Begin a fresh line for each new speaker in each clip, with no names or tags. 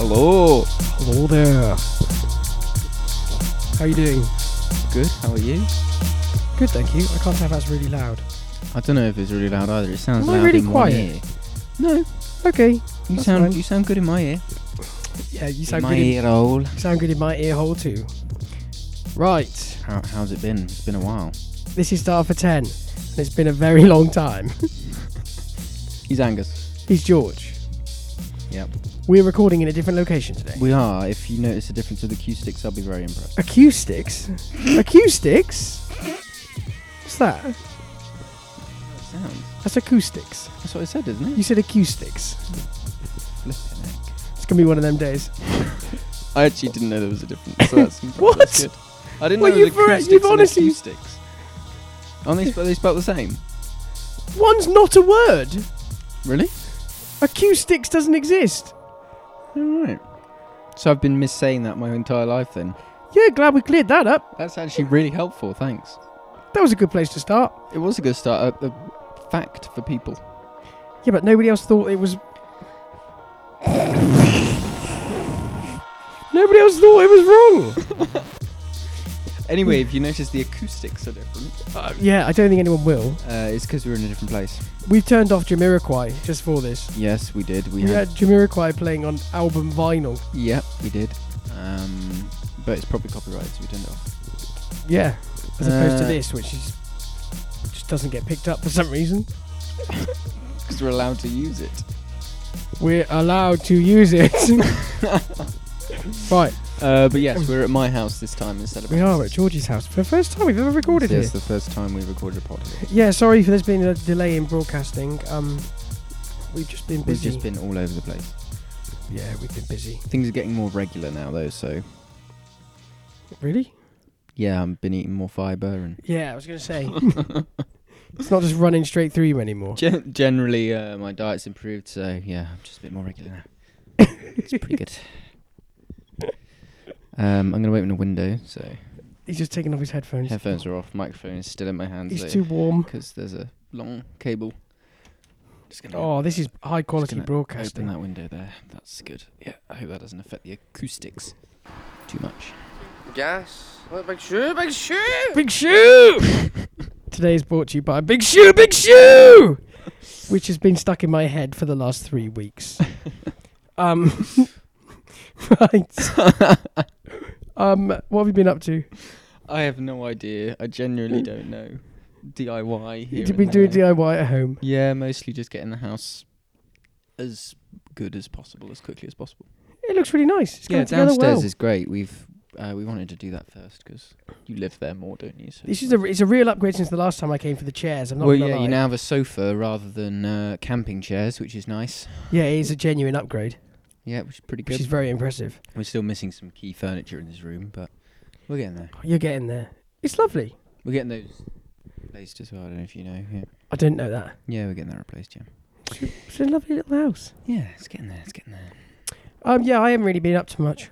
Hello.
Hello there. How you doing?
Good. How are you?
Good, thank you. I can't tell if that's really loud.
I don't know if it's really loud either. It sounds
Am I
loud
really
in
quiet?
my ear. No,
Okay.
you
That's
sound
fine.
you sound good in my ear.
Yeah, you
in
sound
my
good. In,
ear hole.
you sound good in my ear hole too. Right.
How, how's it been? It's been a while.
This is Star for Ten. and It's been a very long time.
He's Angus.
He's George.
Yep.
We're recording in a different location today.
We are. If you notice a difference with acoustics, I'll be very impressed.
Acoustics. acoustics. What's that?
That sounds.
That's acoustics.
That's what I said, isn't it?
You said acoustics.
Flipping heck.
It's gonna be one of them days.
I actually didn't know there was a difference. So that's
What?
that's good. I didn't
Well,
know there was
you've re-
acoustics
you've
and
honestly-
acoustics. Aren't they, sp- are they spelled the same?
One's not a word.
Really?
Acoustics doesn't exist.
All right. So I've been missaying that my entire life then.
Yeah, glad we cleared that up.
That's actually really helpful. Thanks.
That was a good place to start.
It was a good start. A, a fact for people.
Yeah, but nobody else thought it was. nobody else thought it was wrong.
Anyway, if you notice the acoustics are different,
Uh, yeah, I don't think anyone will.
uh, it's because we're in a different place.
We've turned off Jamiroquai just for this.
Yes, we did. We
We
had.
had Jamiroquai playing on album vinyl.
Yep, we did. Um, but it's probably copyrighted, so we turned it off.
Yeah, as opposed to
Uh,
this, which is just doesn't get picked up for some reason.
Because we're allowed to use it.
We're allowed to use it. right,
Uh, but yes, we're at my house this time instead of.
we are at Georgie's house for the first time we've ever recorded
Yes,
here.
the first time we recorded a pod. here.
Yeah, sorry for there's been a delay in broadcasting. Um, we've just been
We've
busy.
just been all over the place.
yeah, we've been busy.
Things are getting more regular now, though. So
Really?
yeah, I've been eating more fibre and
Yeah, I was gonna say. it's not just running straight through you anymore.
gen- generally uh, my diet's improved. So yeah, I'm just a bit more regular now. It's pretty good. Um, I'm gonna wait in the window. So
He's just taking off his headphones.
headphones are off, microphone is still in my hands
He's too warm.
because there's a long cable. Just gonna
Oh, this is high quality
gonna open
broadcasting.
that window there. That's good. Yeah, I hope that doesn't affect the acoustics too much.
Gas. What, big shoe, big shoe!
Big shoe. Today is brought to you by Big Shoe, Big Shoe, which has been stuck in my head for the last three weeks. um, right. um, what have you been up to?
I have no idea. I genuinely don't know. DIY. Here
You've
and
been doing
there.
DIY at home.
Yeah, mostly just getting the house as good as possible, as quickly as possible.
It looks really nice. It's
yeah,
coming together
downstairs
well.
is great. We've uh, we wanted to do that first because you live there more, don't you? So
This is a it's a real upgrade since the last time I came for the chairs. I'm not
well,
gonna
yeah,
lie.
you now have a sofa rather than uh, camping chairs, which is nice.
Yeah, it is a genuine upgrade,
Yeah, which is pretty
which
good.
is very impressive.
We're still missing some key furniture in this room, but we're getting there.
You're getting there. It's lovely.
We're getting those replaced as well. I don't know if you know. Yeah,
I didn't know that.
yeah, we're getting that replaced. Yeah,
It's a lovely little house.
yeah, it's getting there. It's getting there.
Um, yeah, I haven't really been up to much.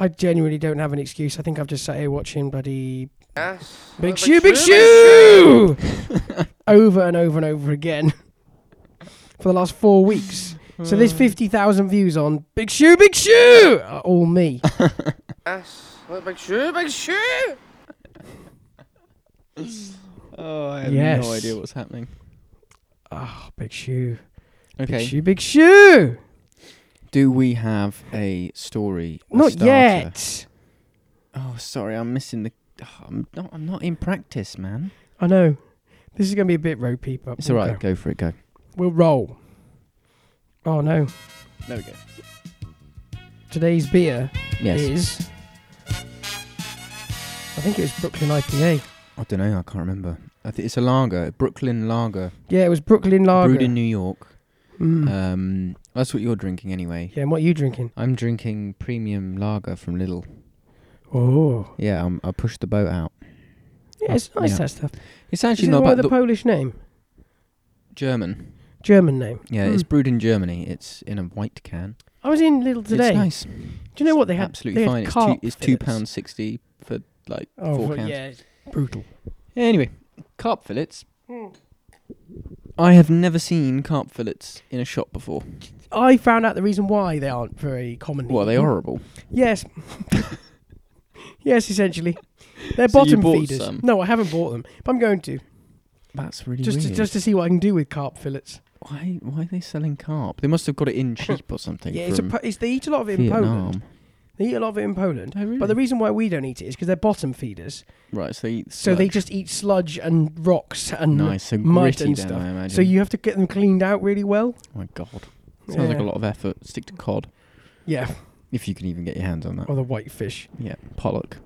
I genuinely don't have an excuse. I think I've just sat here watching bloody
Gas.
Big
What,
Shoe, Big Shoe over and over and over again for the last four weeks. So there's
Hmm.
fifty thousand views on Big Shoe, Big Shoe. Are all me.
Gas. What, big shoe, big shoe!
Oh, I have
Yes.
no idea what's happening.
Oh, Big Shoe,
Okay,
Big Shoe, Big Shoe.
do we have a story? a
Not
starter?
yet.
Oh, sorry, I'm missing the. oh, I'm not. I'm not in practice, man.
I know. This is going to be a bit ropey, but
It's all
we'll
right.
go.
Go for it. Go.
We'll roll. Oh no!
There we go.
Today's beer
Yes.
is. I think it was Brooklyn IPA.
I don't know. I can't remember. I think it's a lager, a Brooklyn lager,
Yeah, it was Brooklyn Lager.
brewed in New York.
Mm.
Um, that's what you're drinking anyway.
yeah, and what are you drinking?
I'm drinking premium lager from Lidl.
Oh,
Yeah, um, I pushed the boat out.
yeah, it's nice
Yeah.
that stuff.
It's
Is
actually
it
not
one
bad.
with a
The
Polish name,
German.
German name?
Yeah,
Hmm.
it's brewed in Germany. It's in a white can.
I was in Lidl today.
It's nice.
Do you know what they had?
Absolutely
they had
fine. It's two,
carp
it's two
fillets.
pound sixty for like
Oh,
four
well,
cans.
yeah, it's brutal.
Anyway, carp fillets. I have never seen carp fillets in a shop before.
I found out the reason why they aren't very commonly.
Well, are they
eaten.
horrible?
Yes. yes, essentially. They're
So you
bottom
bought
feeders.
some?
No, I haven't bought them, but I'm going to
That's really
just to,
weird.
just to see what I can do with carp fillets.
why why are they selling carp? They must have got it in cheap or something.
Yeah, it's, a,
from
po- it's they eat a lot of it in
Vietnam.
Poland. They eat a lot of it in Poland.
Oh, really?
But the reason why we don't eat it is because they're bottom feeders,
right, so they eat
so they
sludge.
just eat sludge and rocks and
nice, so
mud
gritty
and
then,
stuff.
I imagine.
So you have to get them cleaned out really well.
oh my god, sounds like
Yeah.
a lot of effort. Stick to cod
Yeah,
if you can even get your hands on that.
or the white fish.
Yeah, pollock,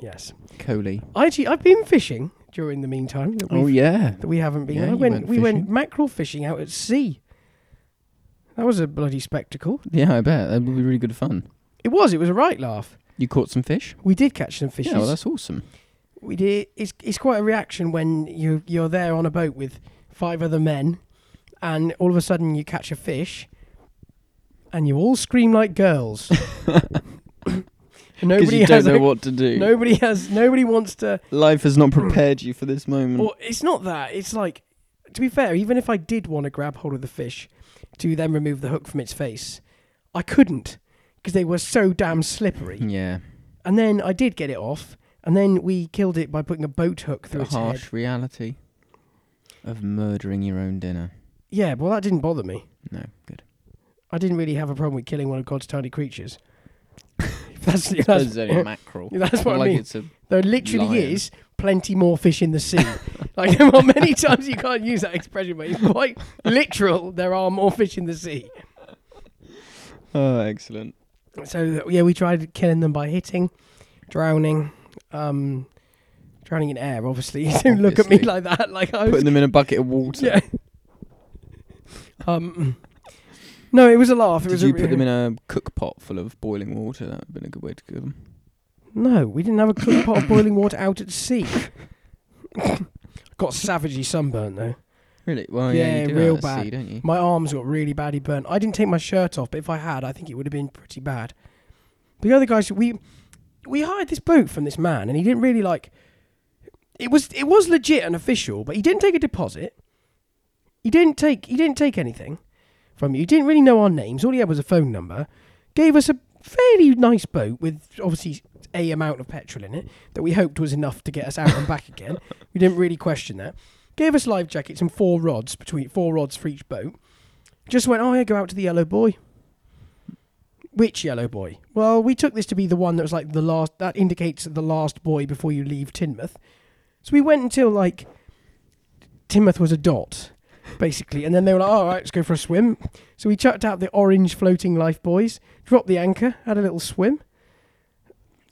Yes,
coley.
I actually I've been fishing during the meantime that,
Oh
we've,
yeah,
that we haven't been.
Yeah,
I
you
went,
went
we went
fishing.
mackerel fishing out at sea. That was a bloody spectacle.
yeah. I bet that would be really good fun.
It was. It was a right laugh.
You caught some fish.
We did catch some fishes.
Yeah, well, that's awesome.
we did. It's it's quite a reaction when you you're there on a boat with five other men, and all of a sudden you catch a fish, and you all scream like girls. And
Because
nobody
you don't
has
know
a-
what to do.
nobody has nobody wants to.
Life has not prepared you for this moment.
Or it's not that. It's like to be fair, even if I did want to grab hold of the fish, to then remove the hook from its face, I couldn't because they were so damn slippery.
yeah,
And then I did get it off, and then we killed it by putting a boat hook through
the
its
harsh
head.
reality of murdering your own dinner.
Yeah, well, that didn't bother me.
No, good.
I didn't really have a problem with killing one of God's tiny creatures. that's
I suppose it's
that's,
only a mackerel.
that's what
like
I mean.
it's a
There literally
lion.
is plenty more fish in the sea. like, there are many times you can't use that expression, but it's quite literal. There are more fish in the sea.
oh, excellent.
So yeah, we tried killing them by hitting, drowning, um, drowning in air. Obviously, don't look at me
Obviously.
like that. Like I was
Putting them in a bucket of water.
Oh, Yeah. Um. No, it was a laugh. It
Did
was
you
a,
put them in a cook pot full of boiling water? That would have been a good way to cook them.
No, we didn't have a cook pot of boiling water out at sea. got savagely sunburnt though.
Really? Well, yeah,
Yeah,
you do
real
that at sea,
bad.
don't you?
My arms got really badly burnt. I didn't take my shirt off, but if I had, I think it would have been pretty bad. The other guys, we we hired this boat from this man, and he didn't really like. It was it was legit and official, but he didn't take a deposit. He didn't take he didn't take anything from you. He didn't really know our names. All he had was a phone number. Gave us a fairly nice boat with obviously a amount of petrol in it that we hoped was enough to get us out and back again. We didn't really question that. Gave us life jackets and four rods between four rods for each boat. Just went, oh yeah, go out to the yellow boy. Which yellow boy? Well, we took this to be the one that was like the last. That indicates the last boy before you leave Tynmouth. So we went until like Tynmouth was a dot, basically, and then they were like, all right, let's go for a swim. So we chucked out the orange floating life buoys, dropped the anchor, had a little swim.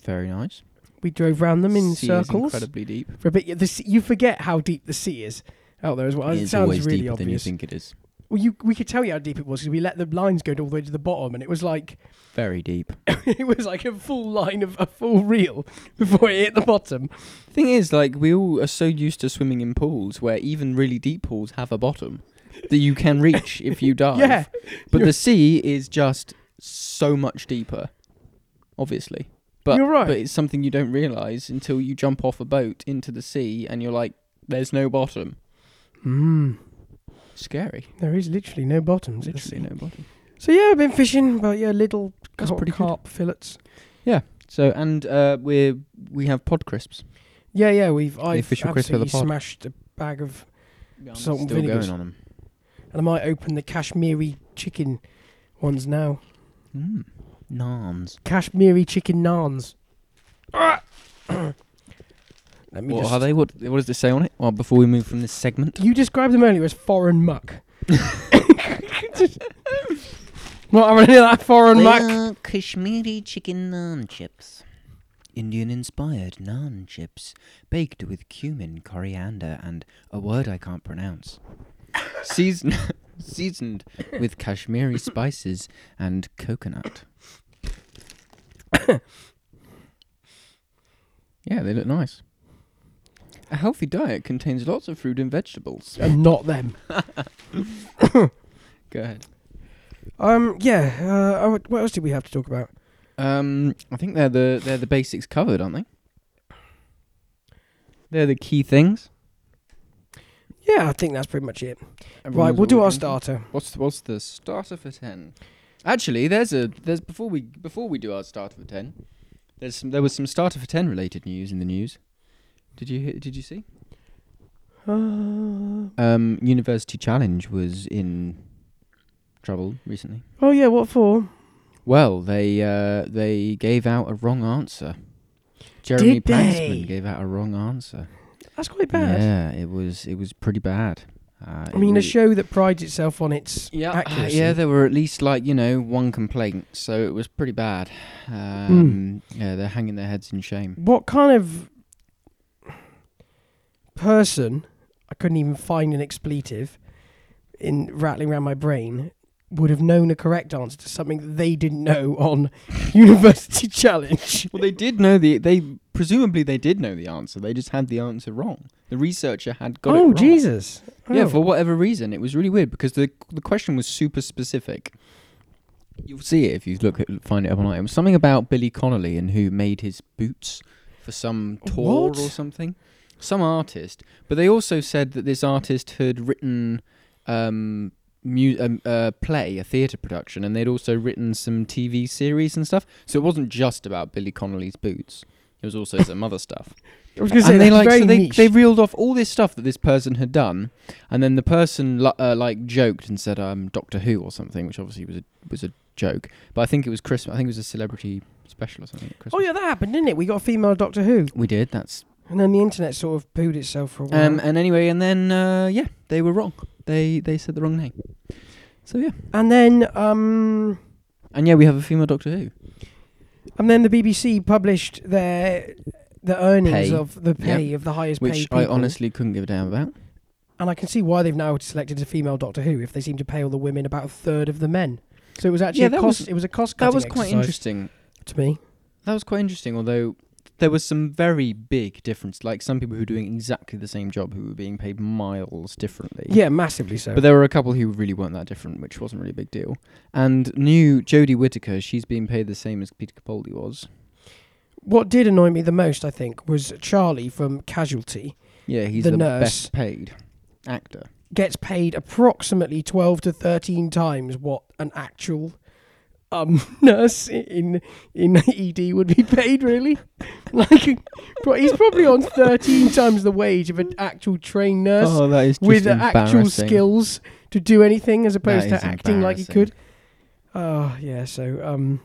Very nice.
We drove round them in
sea
circles
Is incredibly deep.
for a bit. The, sea- you forget how deep the sea is out there as well.
it
It,
is
sounds
always
really
deeper
obvious.
than you think it is.
Well, you, we could tell you how deep it was because we let the lines go all the way to the bottom, and it was like
Very deep.
it was like a full line of a full reel before it hit the bottom.
Thing is, like, we all are so used to swimming in pools where even really deep pools have a bottom that you can reach if you dive.
Yeah,
But
You're-
the sea is just so much deeper, obviously. But
You're right.
But it's something you don't realise until you jump off a boat into the sea and you're like, "There's no bottom." Hmm.
mm,
Scary.
there is literally no bottoms. It's-
Literally no bottom.
So yeah, I've been fishing, but yeah, little
That's
car-
pretty good.
carp fillets.
So and uh, we're we have pod crisps.
Yeah, yeah, we've I've
official crisp of the pod.
absolutely smashed a bag of, Salt and
still
vinegars.
going on them.
and I might open the Kashmiri chicken ones now.
Mm. Nams.
Kashmiri chicken naans. Ah! Let me
What
just.
are they? What What does it say on it? Well, before we move from this segment,
You described them earlier as foreign muck. Not having any of that foreign muck.
are Kashmiri chicken naan chips. Indian inspired naan chips, baked with cumin, coriander, and a word I can't pronounce. Season- seasoned with Kashmiri spices and coconut. yeah, they look nice. A healthy diet contains lots of fruit and vegetables.
And not them.
Go ahead.
Um, yeah. Uh, I would- what else did we have to talk about?
Um, I think they're the they're the basics covered, aren't they? They're the key things.
Yeah, I think that's pretty much it. right,
Everyone's
we'll do
all
our
good?
starter.
What's what's the starter for ten? Actually, there's a there's before we before we do our starter for ten, there's some, there was some starter for ten related news in the news. Did you hear- did you see?
Uh,
Um, University Challenge was in trouble recently.
oh yeah, what for?
Well, they uh, they gave out a wrong answer. Jeremy
Did they?
Paxman gave out a wrong answer.
That's quite bad.
Yeah, it was it was pretty bad. Uh,
I mean,
it
a
wa-
show that prides itself on its
Yeah, uh,
accuracy.
yeah, there were at least like you know one complaint, so it was pretty bad. Um,
Hmm.
Yeah, they're hanging their heads in shame.
what kind of person I couldn't even find an expletive in rattling around my brain would have known a correct answer to something that they didn't know on University Challenge.
Well, they did know the they presumably they did know the answer. They just had the answer wrong. The researcher had got it
oh
wrong.
Jesus!
Yeah,
Oh.
for whatever reason, it was really weird because the the question was super specific. You'll see it if you look at, find it up online. It was something about Billy Connolly and who made his boots for some tour
What?
or something, some artist. But they also said that this artist had written um, mu- um, a play, a theatre production, and they'd also written some TV series and stuff. So it wasn't just about Billy Connolly's boots. It was also some other stuff
I was going to say
and they
that's
like
very
so they,
niche.
they reeled off all this stuff that this person had done, and then the person li- uh, like joked and said, "Um, Doctor Who" or something, which obviously was a was a joke. But I think it was Christmas. I think it was a celebrity special or something. At Christmas.
oh yeah, that happened, didn't it? We got a female Doctor Who,
we did. That's
and then the internet sort of pooed itself for a while.
um, and anyway, and then uh, yeah, they were wrong. They they said the wrong name. So yeah,
and then um,
and yeah, we have a female Doctor Who.
and then the BBC published their the earnings
Pay.
of the pay of the highest
Which
paid
I
people.
honestly couldn't give a damn about.
And I can see why they've now selected a female Doctor Who if they seem to pay all the women about a third of the men. So it was actually
Yeah,
a
that
cost.
was-
it was a cost cutting.
That was quite interesting.
to me.
That was quite interesting, although there was some very big difference. Like some people who were doing exactly the same job who were being paid miles differently.
Yeah, massively so.
But there were a couple who really weren't that different, which wasn't really a big deal. And new Jodie Whittaker, she's being paid the same as Peter Capaldi was.
what did annoy me the most, I think, was Charlie from Casualty
Yeah, he's
The
the,
nurse.
best paid actor.
gets paid approximately twelve to thirteen times what an actual um, nurse in in ED would be paid. Really, like, pro- he's probably on thirteen times the wage of an actual trained nurse.
Oh, that is
with actual skills to do anything as opposed
That
to
is
acting like he could. Oh, yeah, so um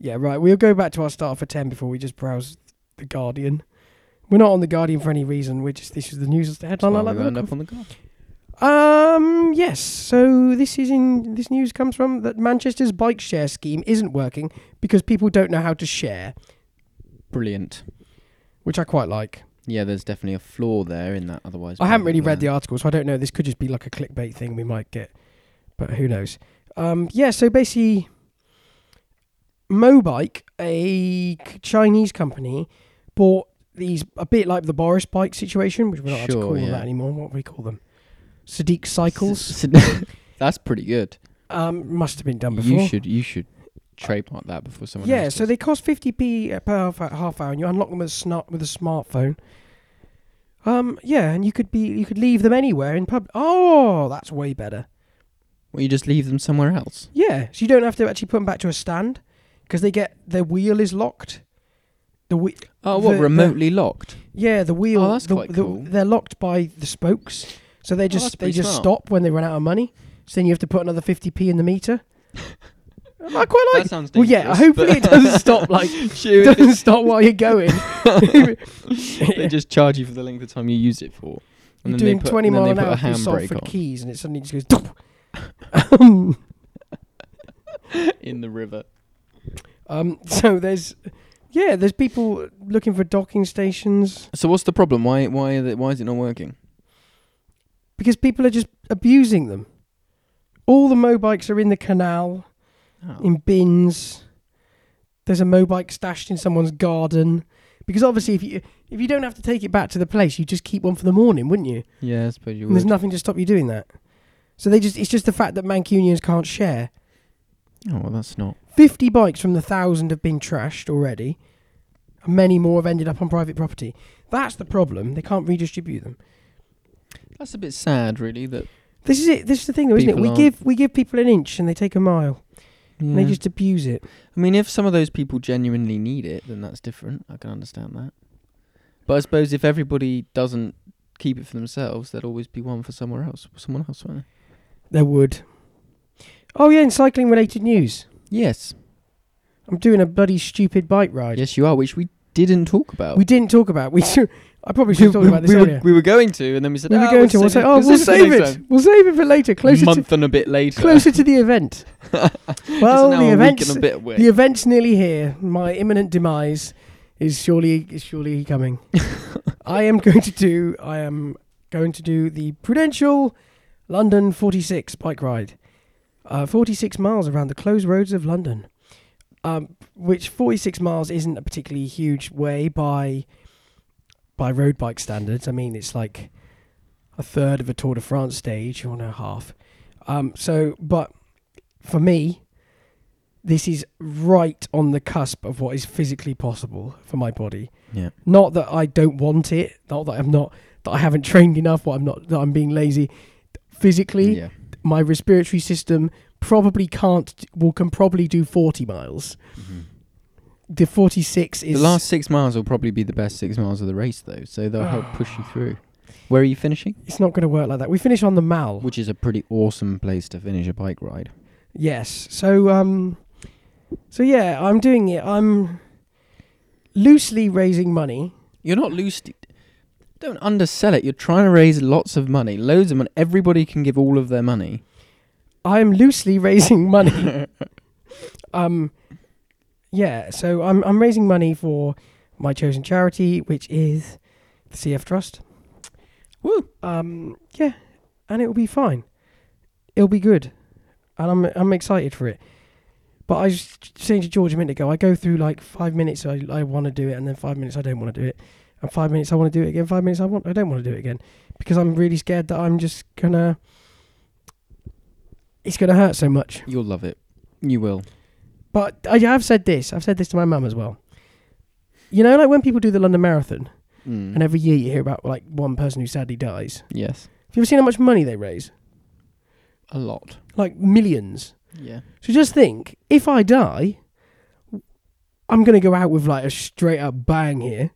yeah, right. We'll go back to our start for 10 before we just browse the Guardian. We're not on the Guardian for any reason. We're just this is the news as the headline I like the
end
look
up on the card.
of. Um yes. So this is in this news comes from that Manchester's bike share scheme isn't working because people don't know how to share,
Brilliant.
which I quite like.
Yeah, there's definitely a flaw there in that. Otherwise,
I haven't really read the article, so I don't know. This could just be like a clickbait thing we might get, but who knows? Um, yeah, so basically, Mobike, a c- Chinese company, bought these a bit like the Boris bike situation, which we're not allowed to
Sure,
call them
yeah.
that anymore. What do we call them? Sadiq Cycles.
That's pretty good.
Um, must have been done before.
You should you should trademark that before someone.
yeah,
else
so
does.
they cost 50p per half, half hour, and you unlock them with a snot with a smartphone. Um, yeah, and you could be you could leave them anywhere in pub. Oh, that's way better.
Well, you just leave them somewhere else.
Yeah, so you don't have to actually put them back to a stand because they get their wheel is locked. The whe-
Oh, what
The- the-
remotely locked?
yeah, the wheel.
Oh, that's
the,
quite
the-
cool. Oh,
They're locked by the spokes, so they just
that's
they
pretty
just
smart.
stop when they run out of money. So then you have to put another fifty p in the meter. I quite like.
that sounds
Well,
dangerous.
yeah, hopefully it doesn't stop. Like, it
Shoot,
doesn't stop while you're going.
they just charge you for the length of time you use it for.
You're
they
doing
put-
twenty
and
mile
then
an
they
hour
put a
through
handbrake
Salford
on
Keys, and it suddenly just goes. um,
in the river.
um, so there's, yeah, there's people looking for docking stations.
So what's the problem? Why why are they, why is it not working?
because people are just abusing them. All the mobikes are in the canal,
Oh.
in bins. There's a mobike stashed in someone's garden. Because obviously, if you if you don't have to take it back to the place, you just keep one for the morning, wouldn't you?
Yeah, I suppose you
And there's
would.
nothing to stop you doing that. So they just it's just the fact that Mancunians can't share.
oh well, that's not.
Fifty bikes from the thousand have been trashed already. Many more have ended up on private property. That's the problem. They can't redistribute them.
That's a bit sad, really. That
This is it. This is the thing, though, isn't it?
People
We
aren't-
give we give people an inch and they take a mile. And they just abuse it.
I mean, if some of those people genuinely need it, then that's different. I can understand that. But I suppose if everybody doesn't keep it for themselves, there'd always be one for somewhere else. Someone else, won't there?
They would. Oh yeah, in cycling related news,
Yes,
I'm doing a bloody stupid bike ride.
yes, you are. Which we didn't talk about.
We didn't talk about. We should, I probably should have talked about this
we were,
earlier.
we were going to, and then we said,
we were
"Ah,
going to.
we'll
We'll say,
save it.
oh,
Let's
we'll
just
save
next
it.
time."
We'll save it for later. Closer to
month and a bit later.
closer to the event. well,
it's now
the
a
event's
week and a bit away.
the event's nearly here. My imminent demise is surely is surely coming. I am going to do. I am going to do the Prudential London 46 bike ride, uh, 46 miles around the closed roads of London. Um, which 46 miles isn't a particularly huge way by by road bike standards. I mean, it's like a third of a Tour de France stage, or no half. Um, so, but for me, this is right on the cusp of what is physically possible for my body.
Yeah.
Not that I don't want it, not that I'm not that I haven't trained enough, or I'm not that I'm being lazy. Physically,
yeah.
my respiratory system probably can't will can probably do 40 miles.
Mhm.
The 46 Mm-hmm. is
The last six miles will probably be the best six miles of the race, though, so they'll help push you through. Where are you finishing?
it's not going to work like that. We finish on the Mall.
Which is a pretty awesome place to finish a bike ride.
Yes. So um so yeah, I'm doing it. I'm loosely raising money.
You're not loosely. Don't undersell it. You're trying to raise lots of money, loads of money. Everybody can give all of their money.
I'm loosely raising money. um yeah, so I'm I'm raising money for my chosen charity, which is the CF Trust.
Woo!
Um yeah, and it will be fine. It'll be good. And I'm I'm excited for it. But I was saying to George a minute ago, I go through like five minutes I, I want to do it, and then five minutes I don't want to do it, and five minutes I want to do it again, five minutes I want I don't want to do it again, because I'm really scared that I'm just gonna. It's gonna hurt so much.
You'll love it. You will.
But I have said this. I've said this to my mum as well. You know, like when people do the London Marathon,
Mm.
and every year you hear about like one person who sadly dies.
yes,
Have you ever seen how much money they raise?
a lot.
Like millions.
Yeah.
So just think, if I die, I'm gonna go out with like a straight up bang here.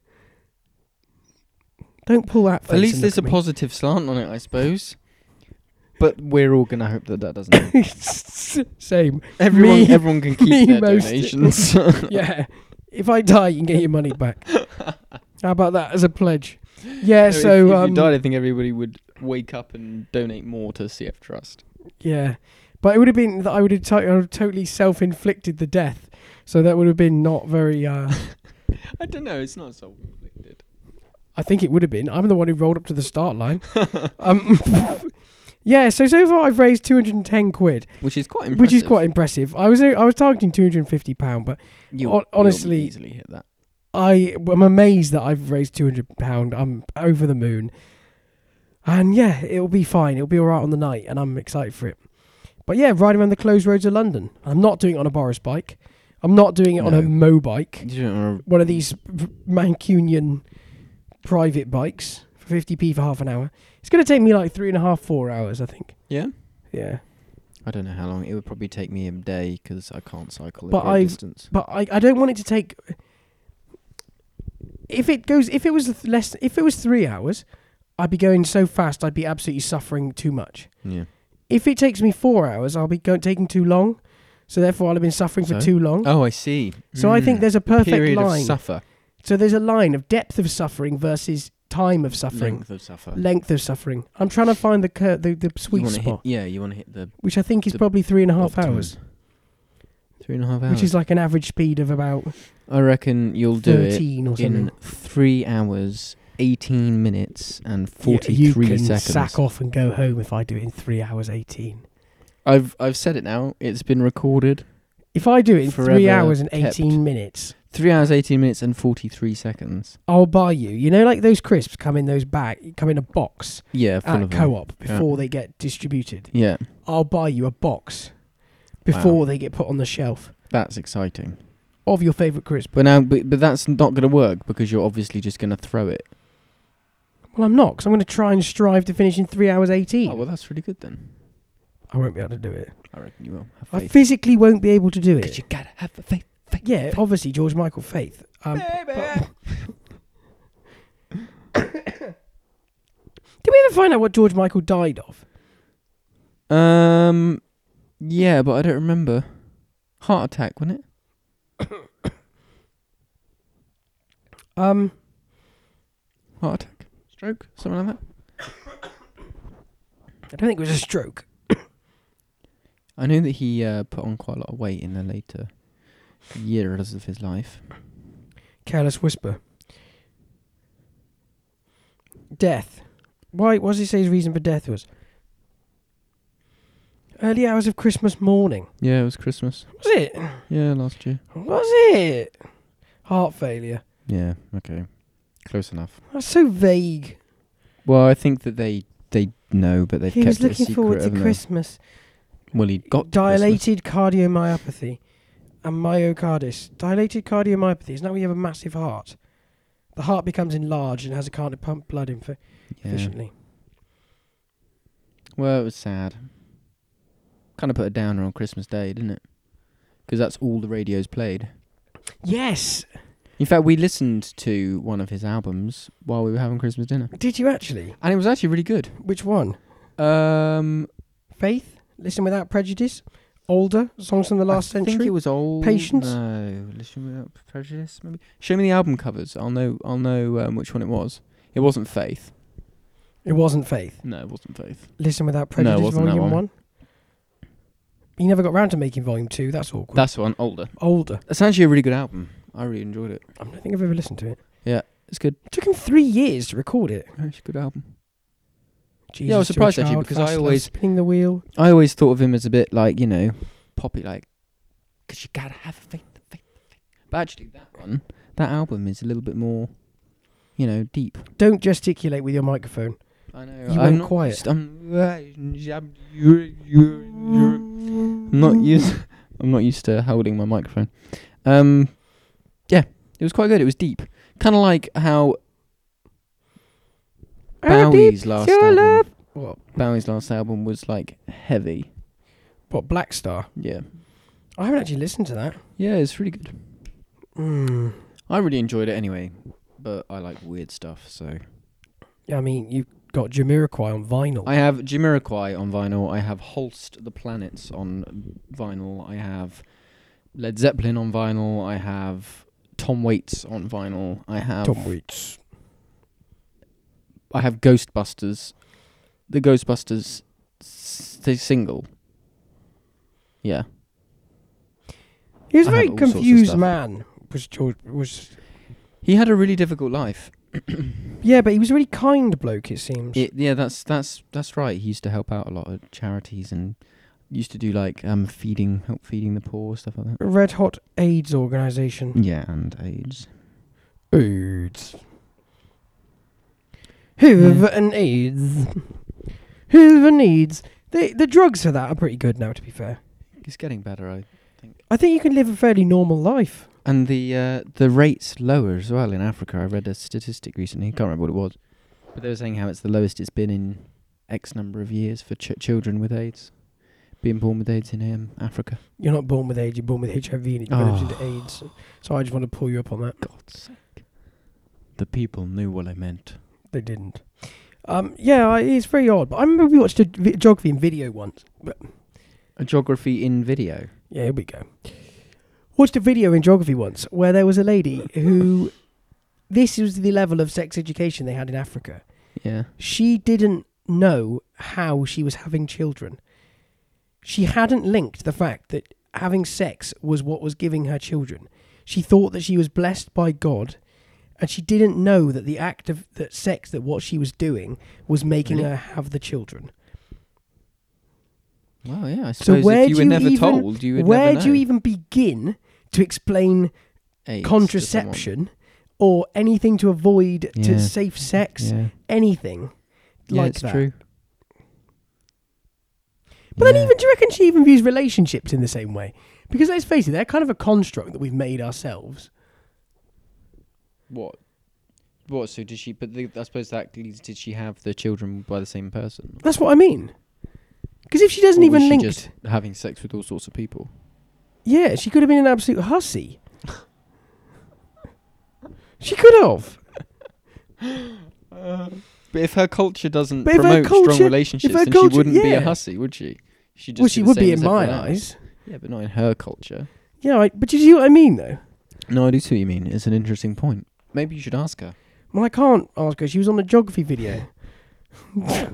Don't pull that. Face
At least
and
there's a
look at
positive slant on it, I suppose. But we're all gonna hope that that doesn't. happen.
me. Same.
everyone,
Me-
everyone can keep
me
their
most-
donations.
Yeah. If I die, you can get your money back. How about that as a pledge? Yeah.
So if-
so
if,
um,
you died, I think everybody would wake up and donate more to CF Trust.
yeah, but it would have been that I would have, to- I would have totally self-inflicted the death. So that would have been not very. Uh,
I don't know. It's not so inflicted.
I think it would have been. I'm the one who rolled up to the start line. um, yeah. So so far I've raised 210 quid.
which is quite impressive.
which is quite impressive. I was I was targeting two hundred and fifty pound, but
You,
hon- honestly-
you'll easily hit that.
I am amazed that I've raised two hundred pound. I'm over the moon, and yeah, it'll be fine. It'll be all right on the night, and I'm excited for it. But yeah, riding around the closed roads of London. I'm not doing it on a Boris bike. I'm not doing it on a
No.
Mo bike.
You don't wanna-
One of these Mancunian private bikes for fifty p for half an hour. It's going to take me like three and a half, four hours, I think.
Yeah?
Yeah.
I don't know how long. It would probably take me a day because I can't cycle
But
a great
I've-
distance.
but I, I don't want it to take if it goes if it was th- less if it was three hours i'd be going so fast i'd be absolutely suffering too much
Yeah.
if it takes me four hours i'll be go- taking too long so therefore i'll have been suffering
So?
for too long
Oh, I see.
so i think
Mm.
there's a perfect
period
line
of suffer,
so there's a line of depth of suffering versus time of suffering
length of suffer.
length of suffering i'm trying to find the cur- the, the
You
sweet
wanna hit,
spot
yeah, you want to hit the
which i think is
the Oh.
probably three and a half
optimum.
hours
Three and a half hours.
which is like an average speed of about
I reckon you'll do it
13 or something
in three hours, eighteen minutes, and
Yeah,
forty-three
you can
seconds.
Sack off and go home if I do it in three hours eighteen.
I've I've said it now. It's been recorded.
If I do it in three
Forever
hours and
kept.
eighteen minutes,
Three hours, eighteen minutes, and forty-three seconds.
I'll buy you. You know, like those crisps come in those bag, come in a box
Yeah, full
at
of them.
co-op
Yeah.
before they get distributed.
Yeah,
I'll buy you a box before they get put on the shelf
that's exciting.
of your favorite crisp.
But now, but, but that's not going to work because you're obviously just going to throw it.
Well, I'm not, because I'm going to try and strive to finish in three hours eighteen.
Oh well, that's really good then.
I won't be able to do it.
I reckon you will have
I
faith.
physically won't be able to do
'Cause
it.
you gotta have the faith. faith
Yeah,
faith.
obviously George Michael Faith. Um, but- Did we ever find out what George Michael died of?
Um, yeah, but I don't remember. Heart attack, wasn't it?
Um,
Heart attack, stroke, something like that.
I don't think it was a stroke.
I know that he uh, put on quite a lot of weight in the later years of his life.
Careless whisper. Death. Why? What does he say his reason for death was? Early hours of Christmas morning.
Yeah, it was Christmas.
Was it?
Yeah, last year.
Was it? Heart failure.
Yeah, okay, close enough.
That's so vague.
Well, I think that they they know, but they've
he
kept
was
it a
looking forward
secret,
to
haven't they?
Christmas.
Well, he got
dilated cardiomyopathy and myocardis. Dilated cardiomyopathy is not when you have a massive heart. The heart becomes enlarged and has a can't pump blood inf-
Christmas. Yeah.
efficiently.
Well, it was sad. Kind of put a downer on Christmas Day, didn't it? Because that's all the radios played.
Yes.
In fact, we listened to one of his albums while we were having Christmas dinner,
Did you actually?
and it was actually really good.
Which one?
Um,
Faith. Listen without prejudice. Older songs from the last
I
century.
think it was old.
Patience?
No, Listen Without Prejudice. Maybe show me the album covers. I'll know. I'll know um, which one it was. It wasn't Faith.
it wasn't Faith.
No, it wasn't Faith.
Listen without prejudice.
wasn't that
volume
one.
one. He never got round to making volume two. That's awkward.
That's one older.
Older.
It's actually a really good album. I really enjoyed it.
I don't think I've ever listened to it.
It's good.
It took him three years to record it.
It's a good album.
Jesus,
was
to a
surprised actually
child,
because I
fast love,
always-
spinning the wheel.
I always thought of him as a bit like you know, poppy like, 'cause you gotta have faith, faith, faith. But actually, that one, that album is a little bit more, you know, deep.
Don't gesticulate with your microphone.
I know.
You went
not
quiet.
used- I'm, I'm, you're, you're, you're, I'm not used. I'm not used to holding my microphone. Um, yeah, it was quite good. It was deep, kind of like how Bowie's last album.
What?
Bowie's last album was like heavy.
What? Black Star.
Yeah,
I haven't actually listened to that.
yeah, it's really good.
Mm.
I really enjoyed it anyway, but I like weird stuff, so
I mean, you've got Jamiroquai on vinyl.
I have Jamiroquai on vinyl. I have Holst the Planets on vinyl. I have Led Zeppelin on vinyl. I have Tom Waits on vinyl. I have
Tom Waits.
I have Ghostbusters, the Ghostbusters s- the single. Yeah,
He was a
I
very
have all sorts of
confused
stuff.
man. Was George? Was
he had a really difficult life.
yeah, but he was a really kind bloke. It seems.
It, yeah, that's that's that's right. He used to help out a lot at charities and used to do like um feeding, help feeding the poor stuff like that.
Red Hot AIDS organization.
Yeah, and AIDS. Mm.
AIDS. Whoever and AIDS. Whoever needs. The the drugs for that are pretty good now. To be fair,
It's getting better. I
I think you can live a fairly normal life.
and the uh, the rates lower as well in Africa. I read a statistic recently. Can't remember what it was, but they were saying how it's the lowest it's been in X number of years for ch- children with AIDS, being born with AIDS in um, Africa.
You're not born with AIDS, you're born with HIV and it develops
Ah.
into AIDS. So I just want to pull you up on that.
God's sake! The people knew what I meant.
They didn't. Um, yeah, I, it's very odd. But I remember we watched a vi- geography in video once. But
A geography in video.
yeah, here we go. Watched a video in geography once where there was a lady who. This was the level of sex education they had in Africa.
Yeah.
She didn't know how she was having children. She hadn't linked the fact that having sex was what was giving her children. She thought that she was blessed by God, and she didn't know that the act of that sex, that what she was doing, was making
Really?
her have the children.
Well, yeah. I suppose
where
if you
do
were
you
never
even-
told, you would
Where
never
do you
know.
even begin to explain
AIDS to someone.
contraception or anything to avoid
Yeah.
to safe sex,
Yeah.
anything
yeah,
like
it's
that?
true.
But
Yeah.
then even do you reckon she even views relationships in the same way? Because let's face it, they're kind of a construct that we've made ourselves.
what What? So did she? But the, I suppose that leads. Did she have the children by the same person?
That's what I mean. Because if she doesn't
Or was
even link,
she just having sex with all sorts of people.
yeah, she could have been an absolute hussy. she could have.
But if her culture doesn't
But if her
promote
culture-
strong relationships,
if her
then
culture-
she wouldn't be
yeah.
a hussy, would she? She'd
Well,
just
she
the
would
same
be
as
in my
everyone else.
eyes.
Yeah, but not in her culture.
Yeah, I, but you see what I mean, though.
No, I do see what you mean. It's an interesting point. Maybe you should ask her.
Well, I can't ask her. She was on a geography video. I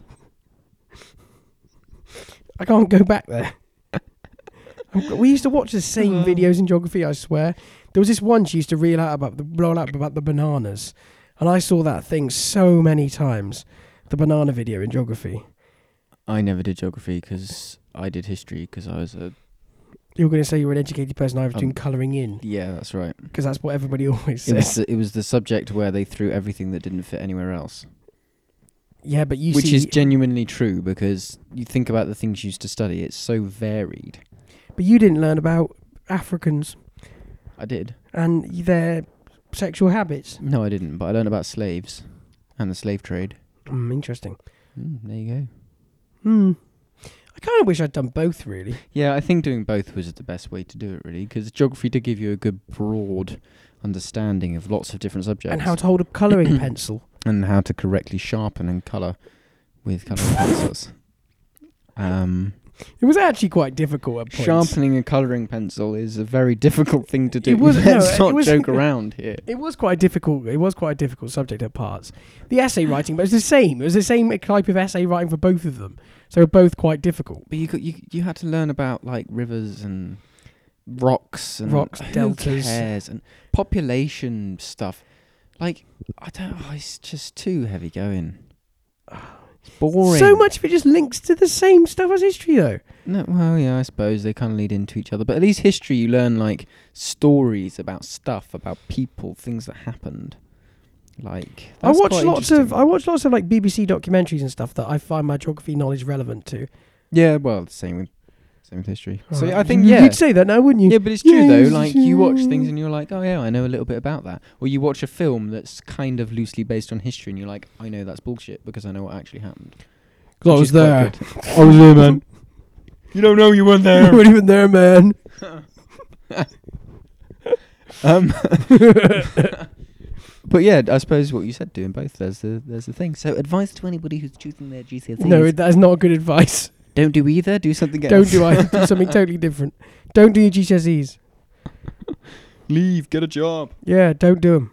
can't go back there. I'm- we used to watch the
Uh-huh.
same videos in geography. I swear, there was this one she used to reel out about the roll out about the bananas, and I saw that thing so many times. The banana video in geography.
I never did geography because I did history because I was a.
You were going to say you were an educated person. I was doing
Um,
colouring in
Yeah, that's right.
because that's what everybody always
It was,
says.
the, it was the subject where they threw everything that didn't fit anywhere else,
Yeah, but you
which
see,
is genuinely true because you think about the things you used to study. It's so varied.
but you didn't learn about Africans
I did.
and their sexual habits.
No, I didn't. But I learned about slaves and the slave trade.
Mm, interesting.
Mm, there you go.
Hmm. I kind of wish I'd done both, really.
Yeah, I think doing both was the best way to do it, really, because geography did give you a good broad understanding of lots of different subjects
And how to hold a colouring pencil.
and how to correctly sharpen and colour with colouring pencils. Um,
It was actually quite difficult at points.
sharpening a colouring pencil is a very difficult thing to do.
It was- no,
Let's
it
not
was-
joke around here.
It was quite difficult. It was quite a difficult subject at parts. The essay writing, but it was the same. It was the same type of essay writing for both of them. So both quite difficult.
But you got, you you had to learn about like rivers and rocks and
Rocks,
who
deltas.
cares, and population stuff. Like I don't, oh, it's just too heavy going. It's boring.
So much of it just links to the same stuff as history, though.
No, well, yeah, I suppose they kind of lead into each other. But at least history, you learn like stories about stuff, about people, things that happened. Like
I
that's
watch
quite
lots of
interesting.
I watch lots of like BBC documentaries and stuff that I find my geography knowledge relevant to.
yeah, well, the same with same with history. So
Alright.
yeah, I think
You-
yeah,
you'd say that now, wouldn't you?
Yeah, but it's true
Yes,
though. Like you watch
you-
things and you're like, oh yeah, I know a little bit about that. Or you watch a film that's kind of loosely based on history and you're like, I know that's bullshit because I know what actually happened.
I
Which
was
is quite
there.
good.
I was there, man.
You don't know you weren't
you weren't even there, man.
um, but yeah, I suppose what you said doing both there's the there's the thing. So advice to anybody who's choosing their GCSEs:
No, that is not good advice.
don't do either. Do something else.
Don't do I do something totally different. Don't do your GCSEs.
Leave. Get a job.
Yeah, don't do them.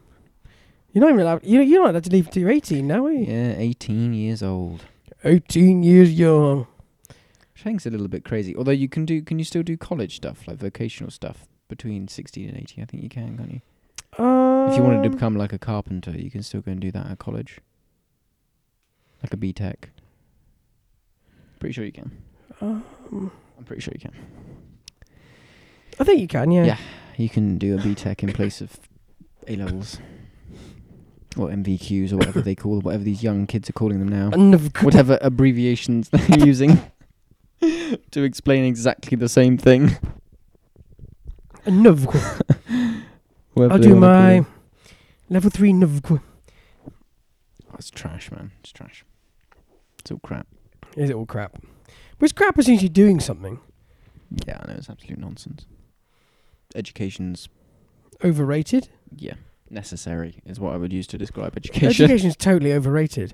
You're not even allowed. You you're not allowed to leave until you're 18 now, are you?
Yeah, 18 years old.
18 years young.
Which I think's a little bit crazy. Although you can do, can you still do college stuff like vocational stuff between 16 and 18? I think you can, can't you?
Um,
If you wanted to become like a carpenter, you can still go and do that at college. Like a B Tech. Pretty sure you can.
um,
I'm pretty sure you can.
I think you can. Yeah.
Yeah. You can do a B Tech in place of A levels. Or MVQs or whatever they call whatever these young kids are calling them now.
And of course,
Whatever abbreviations they're using to explain exactly the same thing.
Novqu.
whatever
I'll
they
do
wanna call
my
it.
level three Novqu.
Oh, it's trash, man. It's trash. It's all crap.
Is it all crap? But it's crap as soon as you're doing something
Yeah, I know it's absolute nonsense. Education's
overrated.
yeah necessary is what I would use to describe education.
Education's totally overrated.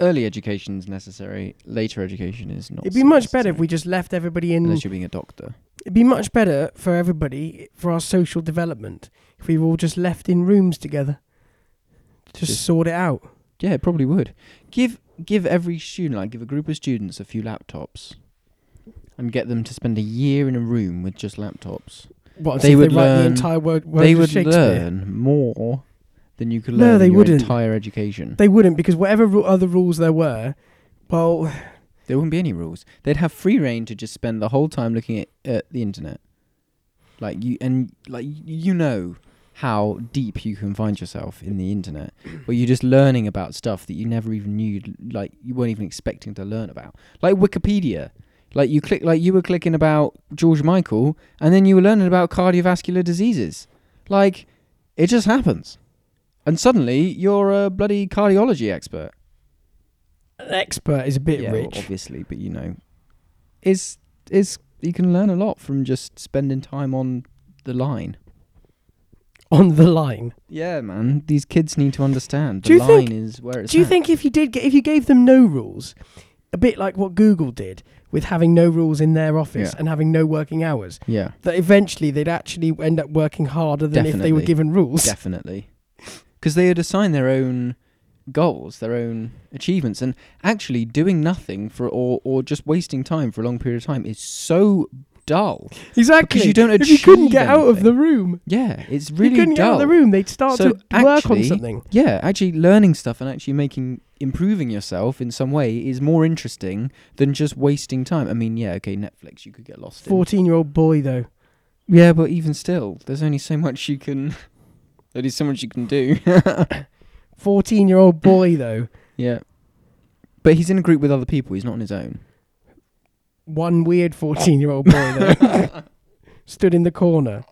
Early education is necessary. Later education is not.
It'd be
so
much better if
necessary.
we just left everybody in.
unless you're being a doctor.
It'd be much better for everybody for our social development if we were all just left in rooms together. Just,
Just-
sort it out.
Yeah, it probably would. Give give every student, like give a group of students, a few laptops, and get them to spend a year in a room with just laptops.
What,
They
if
would
they write the
learn-
entire word, words
they
of
would
Shakespeare.
learn more than you could
No,
learn in
they
your
wouldn't.
entire education.
They wouldn't because whatever ru- other rules there were, well,
There wouldn't be any rules. They'd have free reign to just spend the whole time looking at, at the internet. Like you and like y- you know how deep you can find yourself in the internet, where you're just learning about stuff that you never even knew, like you weren't even expecting to learn about, like Wikipedia. Like you click, like you were clicking about George Michael, and then you were learning about cardiovascular diseases. Like it just happens. And suddenly you're a bloody cardiology expert.
An expert is a bit
yeah, well,
rich.
obviously, but you know, is is you can learn a lot from just spending time on the line.
on the line.
Yeah, man, these kids need to understand. The
Do you
line
think-
is where it's.
Do you
at.
think if you did, get, if you gave them no rules, a bit like what Google did with having no rules in their office
Yeah.
and having no working hours,
Yeah,
that eventually they'd actually end up working harder than if they were
Definitely.
given rules?
definitely, because they would assign their own goals, their own achievements, and actually doing nothing for or or just wasting time for a long period of time is so dull.
Exactly.
Because you don't
if you couldn't
achieve
get out of
anything.
the room,
Yeah, it's
if
really
you couldn't get
dull.
out of the room, they'd start
So
to work on
actually-
something.
Yeah, actually learning stuff and actually making improving yourself in some way is more interesting than just wasting time. I mean, yeah, okay, Netflix you could get lost in.
Fourteen-year-old boy, though.
Yeah, but even still, there's only so much you can there is so much you can do.
Fourteen-year-old boy, though.
yeah. But he's in a group with other people, he's not on his own.
One weird fourteen-year-old boy, though. Stood in the corner.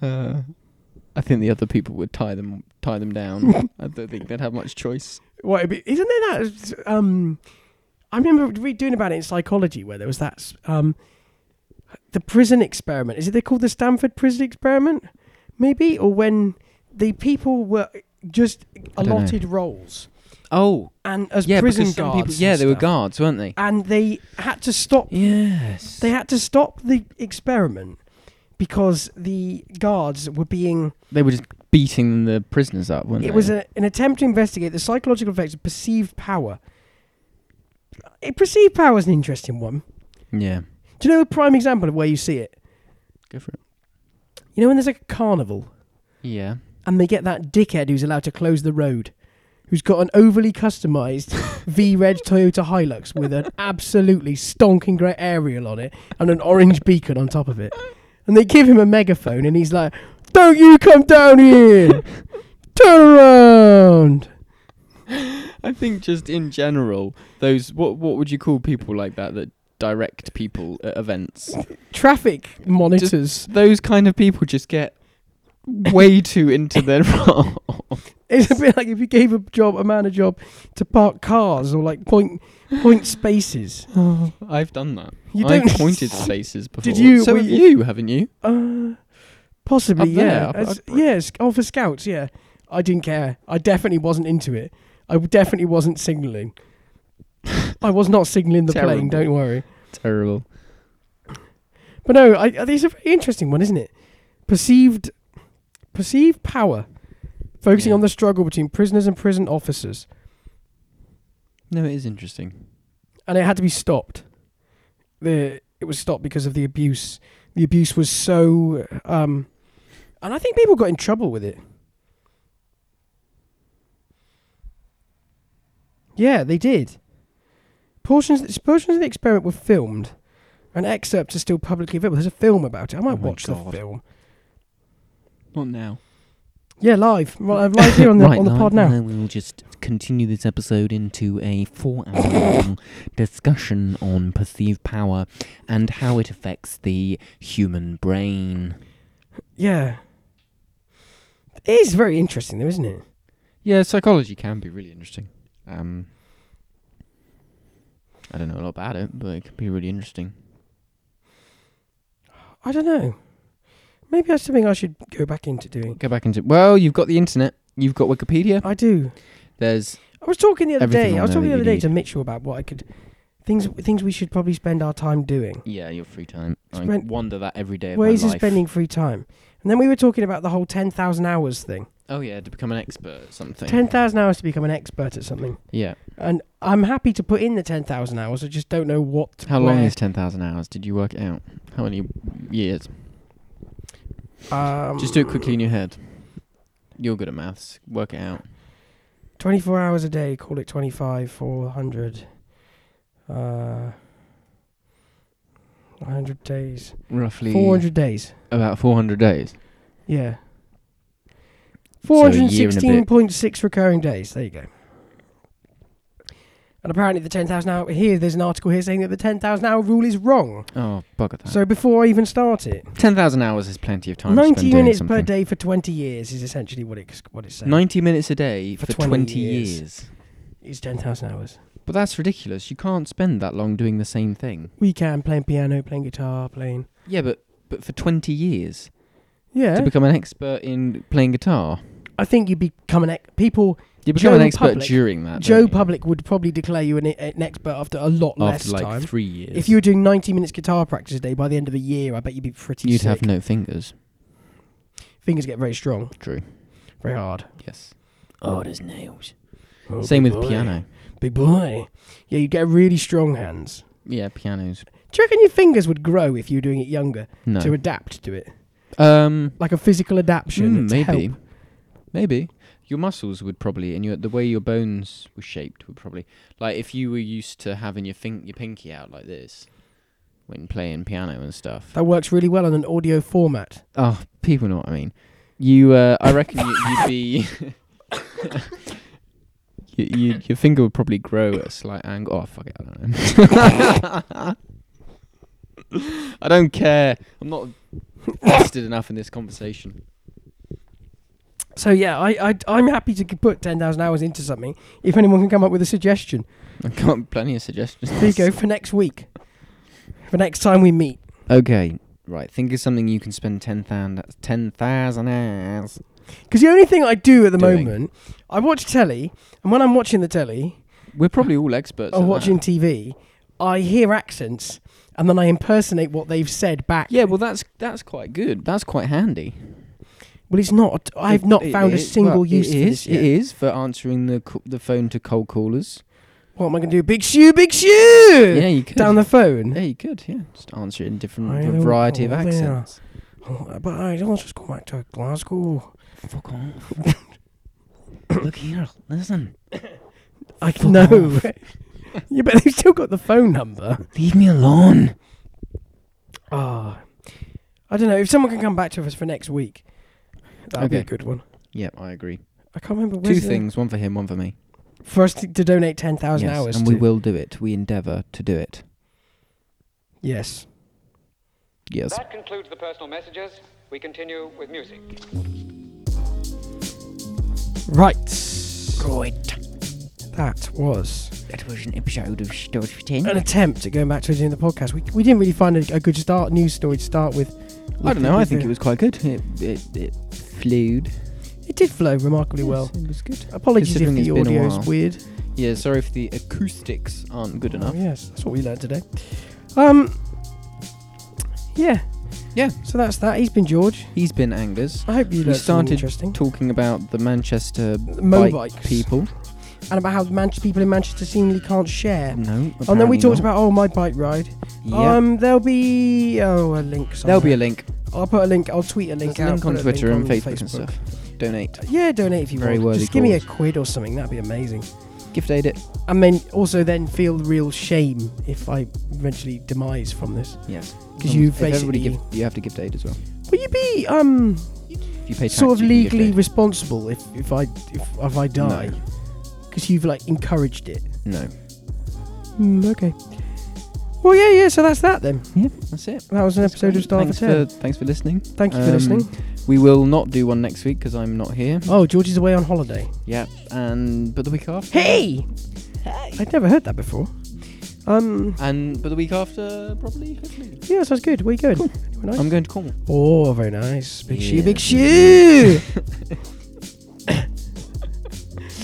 Uh, I think the other people would tie them tie them down. I don't think they'd have much choice.
What it'd be, isn't there that? Um, I remember we doing about it in psychology where there was that s- um, the prison experiment. Is it they called the Stanford Prison Experiment? Maybe or when the people were just
I don't know.
allotted roles
Oh,
and as
yeah,
prison
because some
guards.
people yeah,
and
they were
stuff.
guards, weren't they?
and they had to stop.
Yes.
They had to stop the experiment because the guards were being
they were just beating the prisoners up, weren't they?
It was a, an attempt to investigate the psychological effects of perceived power. Eh, perceived power is an interesting one.
Yeah.
Do you know a prime example of where you see it?
Go for it.
You know when there's like a carnival
Yeah.
and they get that dickhead who's allowed to close the road, who's got an overly customised V-Reg Toyota Hilux with an absolutely stonking great aerial on it and an orange beacon on top of it. And they give him a megaphone and he's like, don't you come down here! Turn around!
I think just in general, those what what would you call people like that that direct people at events?
Traffic monitors.
Those kind of people just get way too into their role.
It's a bit like if you gave a job a man a job to park cars or like point point spaces.
I've done that.
You
I've
don't
pointed spaces before.
Did you-
So
were
have
you-
you, haven't you?
Uh, possibly,
Up there,
yeah.
up-
As-
up-
yeah, sc- oh for scouts, yeah. I didn't care. I definitely wasn't into it. I definitely wasn't signalling. I was not signalling the plane.
Terrible.
Don't worry.
Terrible.
But no, I, I think it's a very interesting one, isn't it? Perceived, perceived power, focusing
Yeah.
on the struggle between prisoners and prison officers,
No, it is interesting.
and it had to be stopped. The it was stopped because of the abuse. The abuse was so, um, and I think people got in trouble with it. Yeah, they did. Portions portions of the experiment were filmed, and excerpts are still publicly available. There's a film about it. I might
Oh my
watch the
God.
film.
Not now.
Yeah, live. Well, I'm live here on the on the pod now.
we'll just continue this episode into a four-hour-long discussion on perceived power and how it affects the human brain.
Yeah, it is very interesting, though, isn't it?
Yeah, psychology can be really interesting. Um, I don't know a lot about it, but it can be really interesting.
I don't know. Maybe that's something I should go back into doing.
Go back into well, you've got the internet, you've got Wikipedia.
I do.
There's
I was talking the other
Everything
day. I
on
was
there
talking the other
that you
day
need.
to Mitchell about what I could things things we should probably spend our time doing.
yeah, your free time. I
Spend-
wonder that every day of
Ways
my
of
life.
spending free time. And then we were talking about the whole ten thousand hours thing.
oh yeah, to become an expert at something.
Ten thousand hours to become an expert at something.
yeah.
And I'm happy to put in the ten thousand hours. I just don't know what.
How long
where.
is ten thousand hours? Did you work it out? How many years?
Um,
Just do it quickly in your head. You're good at maths. Work it out.
Twenty four hours a day. Call it twenty five four hundred. Uh, hundred days.
Roughly
Four hundred days.
about four hundred days.
Yeah.
So a year and a bit.
416.6 recurring days. There you go. And apparently, the 10,000 hour here, there's an article here saying that the 10,000 hour rule is wrong.
Oh, bugger that. So
So before I even start it,
ten thousand hours is plenty of time.
90 minutes
something.
per day for 20 years is essentially what it's what it's saying.
Ninety minutes a day for,
For
twenty,
20
years.
years. It's 10,000 hours.
But that's ridiculous. You can't spend that long doing the same thing.
We can playing piano, playing guitar, playing.
Yeah, but but for twenty years
Yeah,
to become an expert in playing guitar,
I think you'd become an ex- people.
you become an
Joe
expert
Public-
during that.
Joe
don't you?
Public would probably declare you an, an expert after a lot less
after like
time.
three years.
If you were doing 90 minutes guitar practice a day, by the end of a year, I bet you'd be pretty
you'd
sick.
have no fingers.
Fingers get very strong,
True.
very hard.
Yes. Oh, there's nails.
Oh,
Same
big
with
boy.
piano.
Big boy. Yeah, you'd get really strong hands.
Yeah, pianos.
Do you reckon your fingers would grow if you were doing it younger
No.
to adapt to it?
Um,
Like a physical adaptation.
mm,
to
maybe,
help.
maybe your muscles would probably, and your the way your bones were shaped would probably, like if you were used to having your fin- your pinky out like this when playing piano and stuff.
That works really well on an audio format.
Oh, people know what I mean. You, uh, I reckon you, you'd be. You, you, your finger would probably grow at a slight angle. Oh, fuck it, I don't know. I don't care. I'm not interested enough in this conversation.
So yeah, I, I I'm happy to put 10,000 hours into something if anyone can come up with a suggestion.
I've got plenty of suggestions.
There you go for next week. For next time we meet.
Okay, right. Think of something you can spend 10,000 hours.
Because the only thing I do at the
Doing.
moment, I watch telly, and when I'm watching the telly
We're probably all experts.
or
at
watching
that.
TV, I hear accents and then I impersonate what they've said back.
Yeah, well, that's that's quite good. That's quite handy.
Well, it's not. I've not
It-
found
it
a
is-
single
well,
use
It
for
is.
this yet.
It is for answering the co- the phone to cold callers.
What am I going to do? Big shoe, big shoe!
yeah, you could.
Down the phone.
yeah, you could. Yeah, just answer it in different
I
a
don't
variety of
know there.
accents.
Oh, but I don't want to go back to Glasgow.
Fuck off. Look here. Listen.
I know. yeah, but they've still got the phone number.
Leave me alone.
Ah. I don't know. If someone can come back to us for next week, that would be a
Okay.
good one.
Yep, I agree.
I can't remember.
Two
where's the-
things: one for him, one for me.
for us to, to donate 10,000
Yes,
hours.
and we
to-
will do it. We endeavour to do it.
Yes.
Yes.
That concludes the personal messages. We continue with music.
Right.
Right.
That was
That was an episode of Storage
an attempt at going back to doing the podcast. We, we didn't really find a, a good start news story to start with.
I don't
with-
know. I
with
think
the-
it was quite good. It it, it flowed.
It did flow remarkably well.
Yes, it was good.
Apologies if
Considering it's
the
been a
audio is
while.
weird.
Yeah, sorry if the acoustics aren't good enough.
Oh, yes, that's what we learned today. Um. Yeah.
Yeah.
So that's that. He's been George.
He's been Angus.
I hope you learned
started
something interesting.
Talking about the Manchester
Mo
bike
bikes.
people.
and about how Man- people in Manchester seemingly can't share.
Oh, No.
and then we
Mm, apparently
talked
not.
about oh my bike ride.
Yep.
Um, there'll be oh a link.
There'll be
somewhere.
a link.
I'll put a link. I'll tweet a link
There's
out.
a link
put
on
a
Twitter
link
and
on
Facebook, and stuff. Donate.
Yeah, donate if you
Very
want.
worthy
Just give me a
cause.
quid or something. That'd be amazing.
Gift aid it.
I mean, also then feel real shame if I eventually demise from this.
Yes.
'Cause you
Um, if everybody
basically-
gift- you have to gift aid as well.
Will you be um
If you pay tax,
sort of
you can gift
legally
aid.
responsible if if I if, if I die? Because you've like encouraged it.
no.
Hmm, okay. Well, yeah, yeah. So that's that then.
Yeah, that's it.
That was an episode of Star
thanks
for Ten.
thanks for listening.
Thank you for
um,
listening.
We will not do one next week because I'm not here.
Oh, George is away on holiday.
Yeah, and but the week after.
Hey. I'd never heard that before. Um.
And but the week after, probably. Hopefully.
Yeah, sounds good. Where you going? Anywhere nice?
I'm going to Cornwall.
Oh, very nice. Big shoe,
Yeah.
big shoe.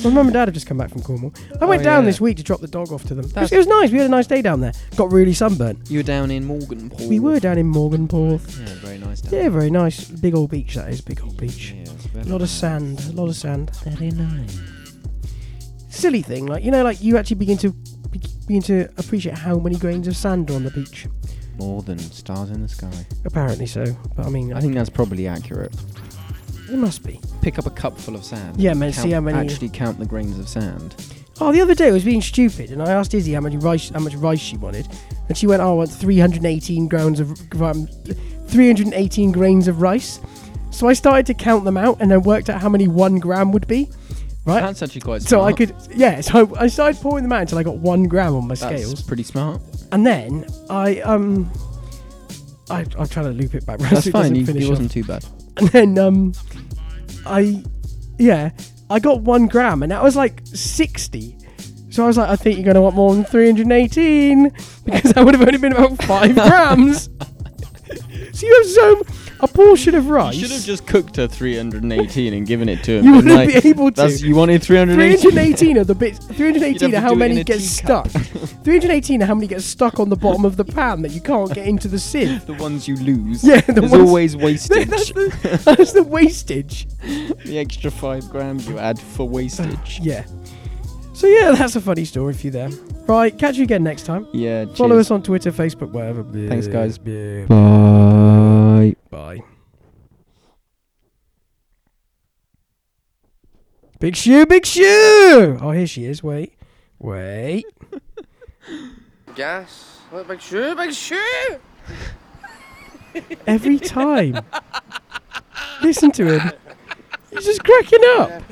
My mum and dad have just come back from Cornwall. I went
Oh,
down
yeah.
this week to drop the dog off to them. It was,
That's-
it was nice. We had a nice day down there. Got really sunburnt.
You were down in Morganpool.
We were down in Morganporth.
Yeah, very nice. Down
Yeah, very nice. Big old beach that is. Big old beach.
there. Yeah,
A
very
lot of
nice.
sand. A lot of sand.
Very nice.
Silly thing, like you know, like you actually begin to be- begin to appreciate how many grains of sand are on the beach.
More than stars in the sky.
Apparently so, but I mean,
I think that's probably accurate.
it must be.
Pick up a cup full of sand.
Yeah,
and
man,
count-
see how many-
Actually, count the grains of sand.
Oh, the other day I was being stupid, and I asked Izzy how much rice how much rice she wanted, and she went, "Oh, I want 318 grams of um, gram, 318 grains of rice." So I started to count them out, and then worked out how many one gram would be. right?
That's actually quite
so I
smart.
could, yeah. So I started pouring them out until I got one gram on my
That's
scales,
pretty smart.
and then I um, I, I'm trying to loop it back. round
That's
so it
fine.
doesn't
You,
finish
it
off.
wasn't too bad.
and then um, I, yeah, I got one gram, and that was like sixty. So I was like, I think you're gonna want more than three hundred and eighteen because that would have only been about five grams. so you have so a portion of rice.
You should have just cooked her 318 and given it to him.
You
and,
wouldn't be able to.
That's, you wanted 318.
318 are the bits. 318
You'd
are
have to
how
do it in
many
a
get
teacup.
stuck. 318 are how many get stuck on the bottom of the pan that you can't get into the sieve.
the ones you lose.
Yeah, the
There's
ones-
always wastage.
that's, the, that's the wastage.
the extra five grams you add for wastage.
Yeah. So yeah, that's a funny story for you there. Right, catch you again next time.
Yeah.
Follow
cheers.
us on Twitter, Facebook, wherever.
Thanks, guys.
Yeah.
Bye.
Bye. Big shoe, big shoe. Oh, here she is. Wait, wait.
Gas. Let big shoe, big shoe.
Every time. Listen to him. He's just cracking up.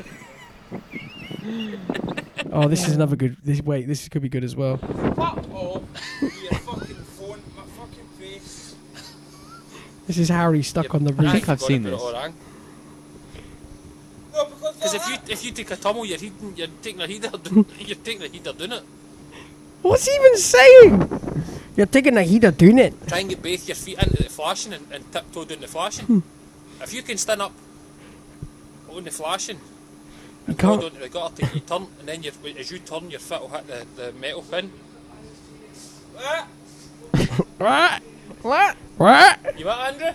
Oh, this is another good. This wait, this could be good as well. This is Harry stuck on the
I
roof.
think I've seen this.
Because if you if you take a tumble, you're heating, you're taking a heater, do- you're taking a heater doing it.
What's he even saying? You're taking a heater doing it.
Try and get both your feet into the flashing and, and tiptoe down the
Hmm.
flashing. if you can stand up on the flashing,
You
go
can't.
down to the gutter, take your turn, and then you as you turn, your foot will hit the, the metal pin.
What? What? What?
You what, Andrew?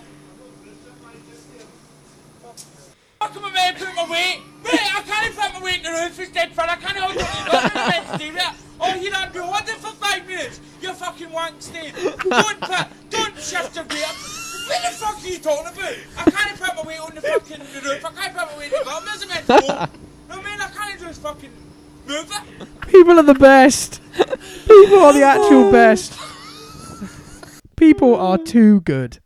Fuck my man, put my weight! Mate, I can't put my weight in the roof, it's dead fat, I can't hold it, I'm not meant to do that! Oh, you don't do it for five minutes! You fucking wank, Steve! Don't put, don't shift the weight! What the fuck are you talking about? I can't put my weight on the fucking roof, I can't put my weight in the bottom, that's a meant to go! No, man, I can't just fucking move it!
People are the best.
Oh.
People are the actual best. People are too good.